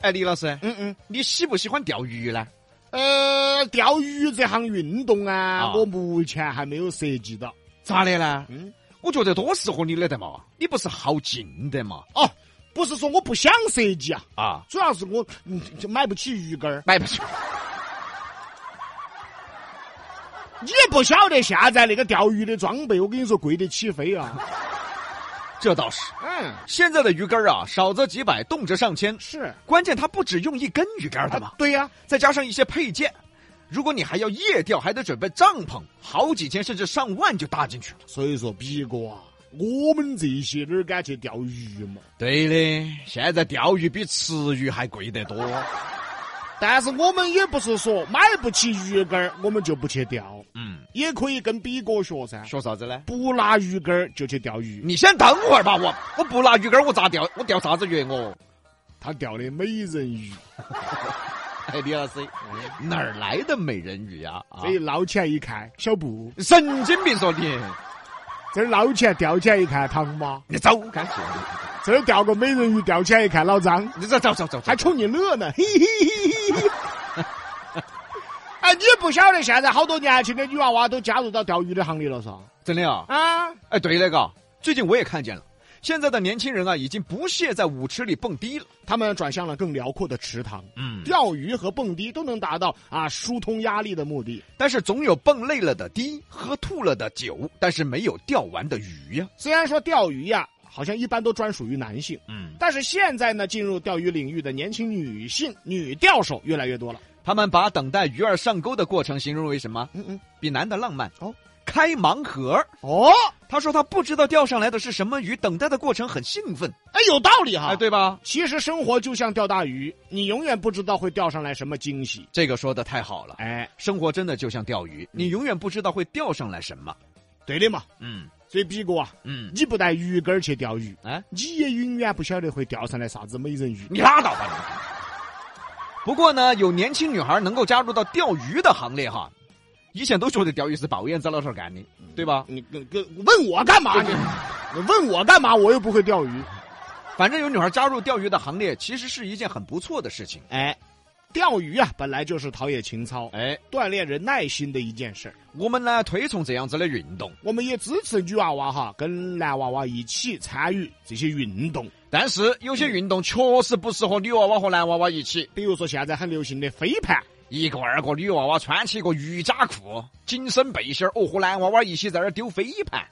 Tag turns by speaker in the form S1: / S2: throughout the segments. S1: 哎，李老师，
S2: 嗯嗯，
S1: 你喜不喜欢钓鱼呢？
S2: 呃，钓鱼这项运动啊，
S1: 啊
S2: 我目前还没有涉及到。
S1: 咋的呢？
S2: 嗯，
S1: 我觉得多适合你的得嘛，你不是好静的嘛？
S2: 哦，不是说我不想涉及啊，
S1: 啊，
S2: 主要是我嗯就买不起鱼竿儿。
S1: 买不起。
S2: 你也不晓得现在那个钓鱼的装备，我跟你说贵得起飞啊。
S1: 这倒是，
S2: 嗯，
S1: 现在的鱼竿儿啊，少则几百，动辄上千。
S2: 是
S1: 关键它不只用一根鱼竿儿的嘛
S2: 啊，，对呀、
S1: 再加上一些配件。如果你还要夜钓，还得准备帐篷，好几千甚至上万就搭进去了。
S2: 所以说，比哥啊，我们这些哪儿敢去钓鱼嘛？
S1: 对的，现在钓鱼比吃鱼还贵得多。
S2: 但是我们也不是说买不起鱼竿儿，我们就不去钓，
S1: 嗯，
S2: 也可以跟比哥学噻，
S1: 说啥子呢？
S2: 不拿鱼竿儿就去钓鱼，
S1: 你先等会儿吧，我我不拿鱼竿，我咋钓？我钓啥子鱼？我
S2: 他钓的美人鱼，
S1: 哎，李老师，哪儿来的美人鱼呀、啊？
S2: 这一捞起来一看，小布；
S1: 神经病说你，
S2: 这儿捞起来钓起来一看，唐妈；
S1: 你走开去！
S2: 这儿钓个美人鱼钓起来一看，老 张，
S1: 你走走走走，
S2: 还冲你乐呢，嘿嘿嘿嘿嘿。哎，你不晓得现在好多年轻的女娃娃都加入到钓鱼的行列了，是吧？
S1: 真的啊？
S2: 啊，
S1: 哎，对那个，最近我也看见了，现在的年轻人啊，已经不屑在舞池里蹦迪了。
S2: 他们转向了更辽阔的池塘。
S1: 嗯，
S2: 钓鱼和蹦迪都能达到啊疏通压力的目的，
S1: 但是总有蹦累了的迪，喝吐了的酒，但是没有钓完的鱼呀、
S2: 虽然说钓鱼呀、好像一般都专属于男性，
S1: 嗯，
S2: 但是现在呢，进入钓鱼领域的年轻女性女钓手越来越多了。
S1: 他们把等待鱼儿上钩的过程形容为什么？
S2: 嗯嗯，
S1: 比男的浪漫
S2: 哦，
S1: 开盲盒儿。
S2: 哦，
S1: 他说他不知道钓上来的是什么鱼，等待的过程很兴奋，
S2: 哎，有道理哈。
S1: 哎，，对吧？
S2: 其实生活就像钓大鱼，你永远不知道会钓上来什么惊喜。
S1: 这个说的太好了，
S2: 哎，
S1: 生活真的就像钓鱼，你永远不知道会钓上来什么。
S2: 对的嘛。
S1: 嗯
S2: 所以，比哥啊，
S1: 嗯，
S2: 你不带鱼竿儿去钓鱼，
S1: 哎，
S2: 你也永远不晓得会钓上来啥子美人鱼。
S1: 你拉倒吧你。不过呢，有年轻女孩能够加入到钓鱼的行列哈，以前都觉得钓鱼是抱燕子老头儿干的，对吧？
S2: 你跟跟问我干嘛？
S1: 对
S2: 你哎你问我干嘛？我又不会钓鱼。
S1: 反正有女孩加入钓鱼的行列，其实是一件很不错的事情。
S2: 哎，钓鱼啊，本来就是陶冶情操、
S1: 哎，
S2: 锻炼人耐心的一件事儿。
S1: 我们呢推崇这样子的运动，
S2: 我们也支持女娃娃哈跟男娃娃一起参与这些运动，
S1: 但是有些运动确实不适合女娃娃和男娃娃一起。
S2: 比如说现在很流行的飞盘，
S1: 一个二个女娃娃穿起一个瑜伽裤、紧身背心儿，哦，和男娃娃一起在那儿丢飞盘。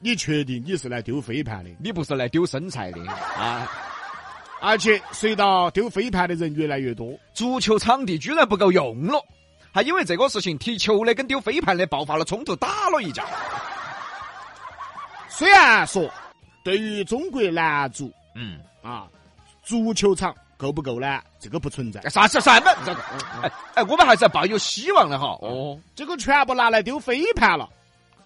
S2: 你确定你是来丢飞盘的？
S1: 你不是来丢身材的啊？
S2: 而且随到丢飞盘的人越来越多，
S1: 足球场地居然不够用了，还因为这个事情，踢球的跟丢飞盘的爆发了冲突，打了一架。
S2: 虽然说对于中国男足
S1: 嗯，
S2: 啊，足球场够不够呢？这个不存在，
S1: 哎
S2: 啊
S1: 啥子啥么？这个哎哎，我们还是要抱有希望的哈。哦，
S2: 这个全部拿来丢飞盘了，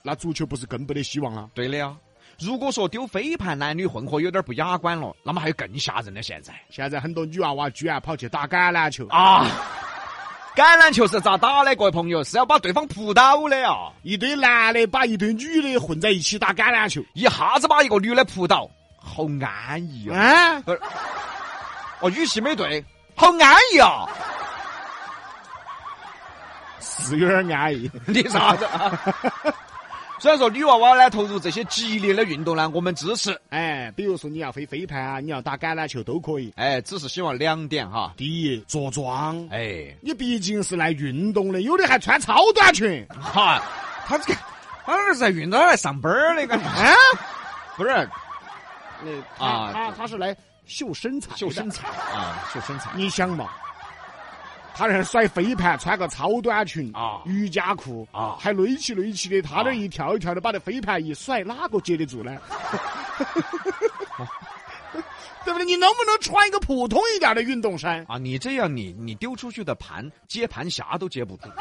S2: 那足球不是更没得希望了？
S1: 对的呀。如果说丢飞盘男女混合有点不雅观了，那么还有更吓人的现在
S2: 现在很多女娃娃居然跑去打橄榄球
S1: 啊！橄榄球是咋打的？各位朋友是要把对方扑倒的啊！
S2: 一堆男的把一堆女的混在一起打橄榄球，
S1: 一下子把一个女的扑倒，好安逸啊！
S2: 啊，
S1: 哦，语气没对，好安逸啊！
S2: 是有点安逸。
S1: 你啥子？啊 虽然说女娃娃呢投入这些激烈的运动呢，我们支持，
S2: 哎，比如说你要飞飞盘啊，你要打橄榄球都可以。
S1: 哎，只是希望两点哈，
S2: 第一，着装，
S1: 哎，
S2: 你毕竟是来运动的，有的还穿超短裙
S1: 哈，他这个他这是在运动来上班儿的感觉，
S2: 啊。
S1: 不是
S2: 那
S1: 啊
S2: 他他他是来秀身材，
S1: 秀身
S2: 材。
S1: 材啊，秀身材，
S2: 你想嘛，他那儿甩飞盘，穿个超短裙
S1: 啊
S2: 瑜伽裤
S1: 啊
S2: 还垒起垒起的，他那儿一跳一跳的，把那飞盘一甩，哪个接得住呢？ 对不对？你能不能穿一个普通一点的运动衫？
S1: 啊，你这样你你丢出去的盘接盘侠都接不住。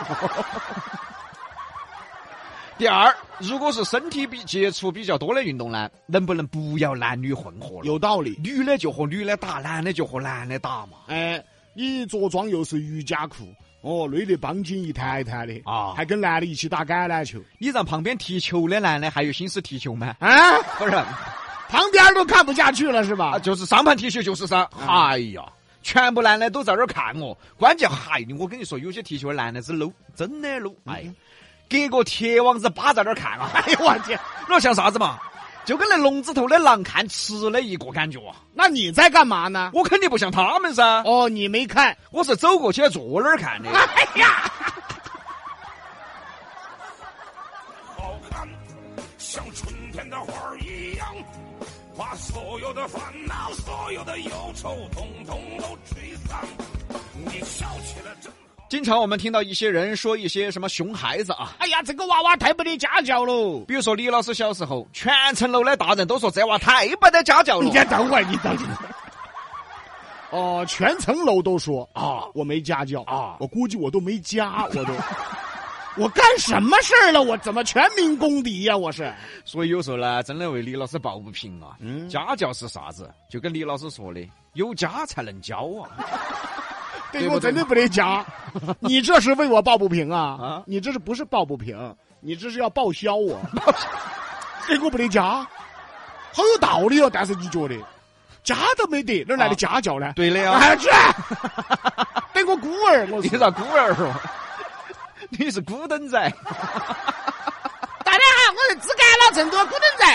S1: 第二，如果是身体比接触比较多的运动呢，能不能不要男女混合了？
S2: 有道理。
S1: 女的就和女的打，男的就和男的打嘛。
S2: 哎，你着装又是瑜伽裤，哦，累得绷紧一摊一摊的
S1: 啊
S2: 还跟男的一起打橄榄球
S1: 你让旁边踢球的男的还有心思踢球吗？
S2: 啊，
S1: 不是
S2: 旁边都看不下去了是吧？
S1: 啊，就是上盘踢球就是噻。哎呀，全部男的都在那儿看我。关键嗨，我跟你说，有些踢球的男的是 low，真的 low。哎，隔个铁网子扒在那儿看啊！哎呦我 天，那像啥子嘛？就跟那笼子头的狼看吃的一个感觉啊！
S2: 那你在干嘛呢？
S1: 我肯定不像他们噻，
S2: 哦，你没看。
S1: 我是走过去坐那儿看的。
S2: 哎呀，
S3: 好看，像春天的花儿一样，把所有的烦恼、所有的忧愁，统统都吹散。你笑起来真好。
S1: 经常我们听到一些人说一些什么熊孩子啊，
S2: 哎呀，这个娃娃太不得家教喽！
S1: 比如说李老师小时候，全城楼的大人都说这娃太没得家教了。
S2: 等会儿，你等会儿。哦，全层楼都说啊，我没家教
S1: 啊
S2: 我估计我都没家，我都，我干什么事儿了？我怎么全民公敌呀、我是，
S1: 所以有时候呢，真的为李老师抱不平啊。
S2: 嗯
S1: 家教是啥子？就跟李老师说的，有家才能教啊。对
S2: 我
S1: 不对
S2: 真的不 得家，你这是为我抱不平啊！
S1: 啊
S2: 你这是不是抱不平？你这是要报 销我，给我不得家，好有道理哦。但是你觉得，家都没得，哪来的家教呢？
S1: 啊对的呀、
S2: 啊，去，给我孤儿，我
S1: 你
S2: 是
S1: 咋孤儿哦？ 你是孤灯仔，
S2: 大家好，我是只干了成都古登仔。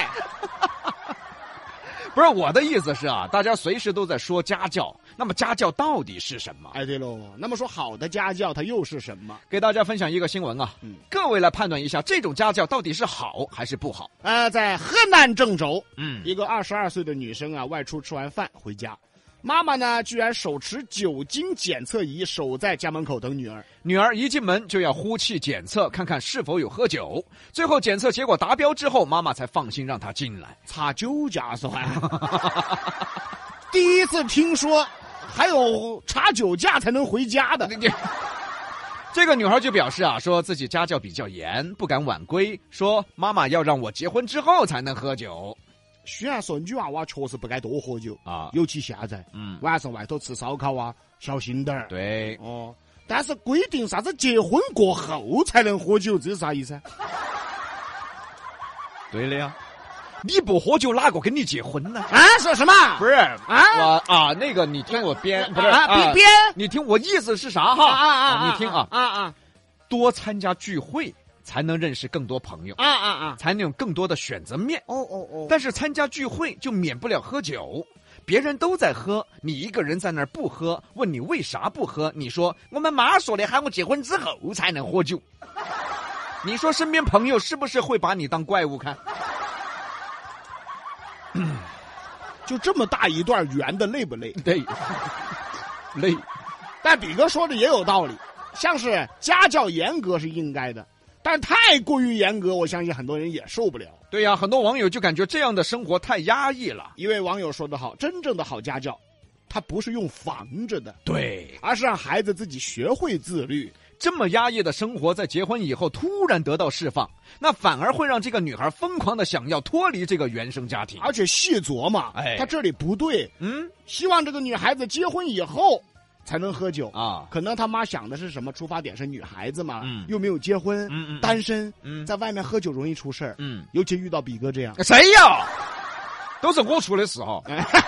S1: 不是我的意思是啊，大家随时都在说家教，那么家教到底是什么？
S2: 哎，对喽，那么说好的家教它又是什么？
S1: 给大家分享一个新闻啊，
S2: 嗯
S1: 各位来判断一下这种家教到底是好还是不好。
S2: 呃，在河南郑州，
S1: 嗯，
S2: 一个二十二岁的女生啊，外出吃完饭回家，妈妈呢居然手持酒精检测仪守在家门口等女儿。
S1: 女儿一进门就要呼气检测，看看是否有喝酒。最后检测结果达标之后，妈妈才放心让她进来。
S2: 擦酒驾 算？第一次听说还有查酒驾才能回家的。
S1: 这个女孩就表示啊，说自己家教比较严，不敢晚归，说妈妈要让我结婚之后才能喝酒
S2: 虽然说女娃娃确实不该多喝酒，
S1: 啊。
S2: 尤其现在
S1: 嗯，
S2: 晚上外头吃烧烤啊，小心点儿。
S1: 对，
S2: 哦，但是规定啥子结婚过后才能喝酒，这是啥意思啊？
S1: 对的呀。你不喝酒，哪个跟你结婚呢？
S2: 啊，说什么？
S1: 不是啊
S2: 啊
S1: 啊，那个你听我编，不是
S2: 啊，别别
S1: 你听我意思是啥哈？你听啊，
S2: 啊啊
S1: 多参加聚会才能认识更多朋友，
S2: 啊啊啊！
S1: 才能有更多的选择面。
S2: 哦哦哦，
S1: 但是参加聚会就免不了喝酒，别人都在喝，你一个人在那儿不喝，问你为啥不喝，你说我们妈说的，喊我结婚之后才能喝酒。 你说身边朋友是不是会把你当怪物 看？
S2: 就这么大一段圆的，累不累？
S1: 对， 累。
S2: 但比哥说的也有道理，像是家教严格是应该的，但太过于严格，我相信很多人也受不了。
S1: 对呀、很多网友就感觉这样的生活太压抑了。
S2: 一位网友说得好，真正的好家教，他不是用防着的，
S1: 对，
S2: 而是让孩子自己学会自律。
S1: 这么压抑的生活，在结婚以后突然得到释放，那反而会让这个女孩疯狂的想要脱离这个原生家庭。
S2: 而且细琢磨，
S1: 哎
S2: 他这里不对，
S1: 嗯
S2: 希望这个女孩子结婚以后才能喝酒。
S1: 啊，
S2: 可能他妈想的是什么？出发点是女孩子嘛，
S1: 嗯
S2: 又没有结婚，
S1: 嗯嗯
S2: 单身，
S1: 嗯
S2: 在外面喝酒容易出事儿，
S1: 嗯。
S2: 尤其遇到比哥这样。
S1: 谁呀？都是我出的事哦哈。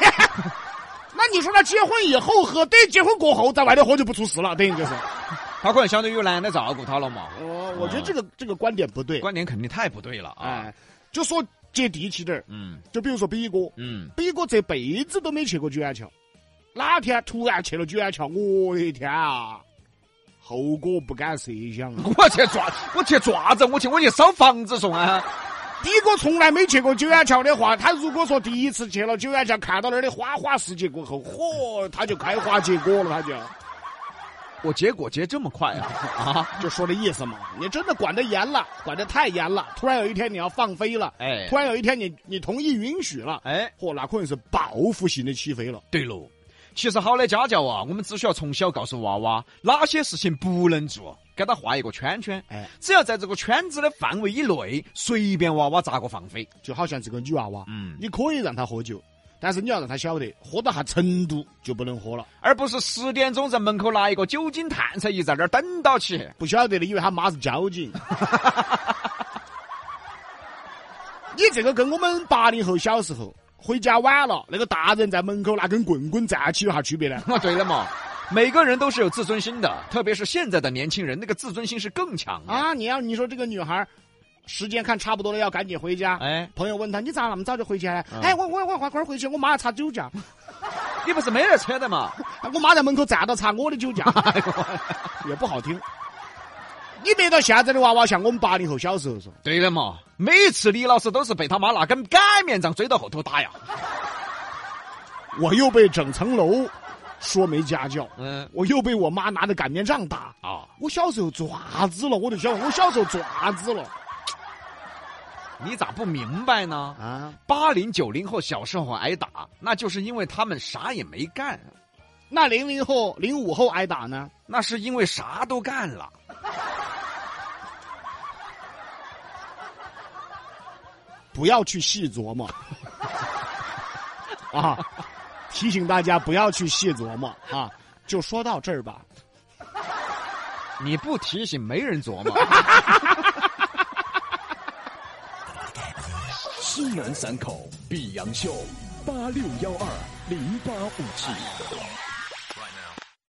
S2: 那你说他结婚以后喝，对，结婚过后在外头喝就不出事了，等于就是。
S1: 他可能相当于有男的照顾他了嘛。
S2: 哦我我觉得这个、这个啊观点不对，
S1: 观点肯定太不对了啊。
S2: 哎，就说接地气点儿，
S1: 嗯
S2: 就比如说比哥，
S1: 嗯，
S2: 比哥这辈子都没去过九眼桥，哪天突然去了九眼桥，我的天啊，后果不敢设想啊！
S1: 我去抓，我去抓子，我去，我去烧房子送啊！
S2: 比哥从来没去过九眼桥的话，他如果说第一次去了九眼桥，看到那儿的花花世界过后，嚯，他就开花结果了，他就。
S1: 我结果结这么快啊 啊！
S2: 就说这意思嘛。你真的管得严了，管得太严了。突然有一天你要放飞了，
S1: 哎
S2: 突然有一天你你同意允许了，
S1: 哎，
S2: 嚯，那可能是报复性的起飞了。
S1: 对喽。其实好的家教啊，我们只需要从小告诉娃娃哪些事情不能做，给他画一个圈圈。
S2: 哎，
S1: 只要在这个圈子的范围以内，随便娃娃咋个放飞。
S2: 就好像这个女娃娃，
S1: 嗯，
S2: 你可以让她喝酒，但是你要让她晓得，喝到啥程度就不能喝了。
S1: 而不是十点钟在门口拿一个酒精探测仪在那儿等到起。
S2: 不晓得的，以为他妈是交警。 你这个跟我们八零后小时候。回家晚了，那个大人在门口拿根棍棍站起有啥区别呢？
S1: 那对了嘛，每个人都是有自尊心的，特别是现在的年轻人，那个自尊心是更强的。
S2: 啊，你要你说这个女孩儿，时间看差不多了，要赶紧回家。
S1: 哎，
S2: 朋友问她，你咋那么早就回家呢？
S1: 嗯
S2: 哎，我我我我快点回去，我妈要查酒驾，
S1: 你不是没得车的嘛？
S2: 我妈在门口站到查我的酒驾，也不好听。你别到现在的娃娃像我们八零后小时候说，
S1: 对了嘛，每一次李老师都是被他妈拿根擀面杖追到后头打呀。
S2: 我又被整层楼说没家教，
S1: 嗯，
S2: 我又被我妈拿着擀面杖打。
S1: 啊，
S2: 我小时候爪子了，我就晓得我小时候爪子了
S1: 你咋不明白呢？
S2: 啊！
S1: 八零九零后小时候挨打，那就是因为他们啥也没干，
S2: 那零零后、零五后挨打呢？
S1: 那是因为啥都干了。
S2: 不要去细琢磨啊！提醒大家不要去细琢磨啊！就说到这儿吧。
S1: 你不提醒，没人琢磨。
S4: 西南三口碧阳秀八六幺二零八五七。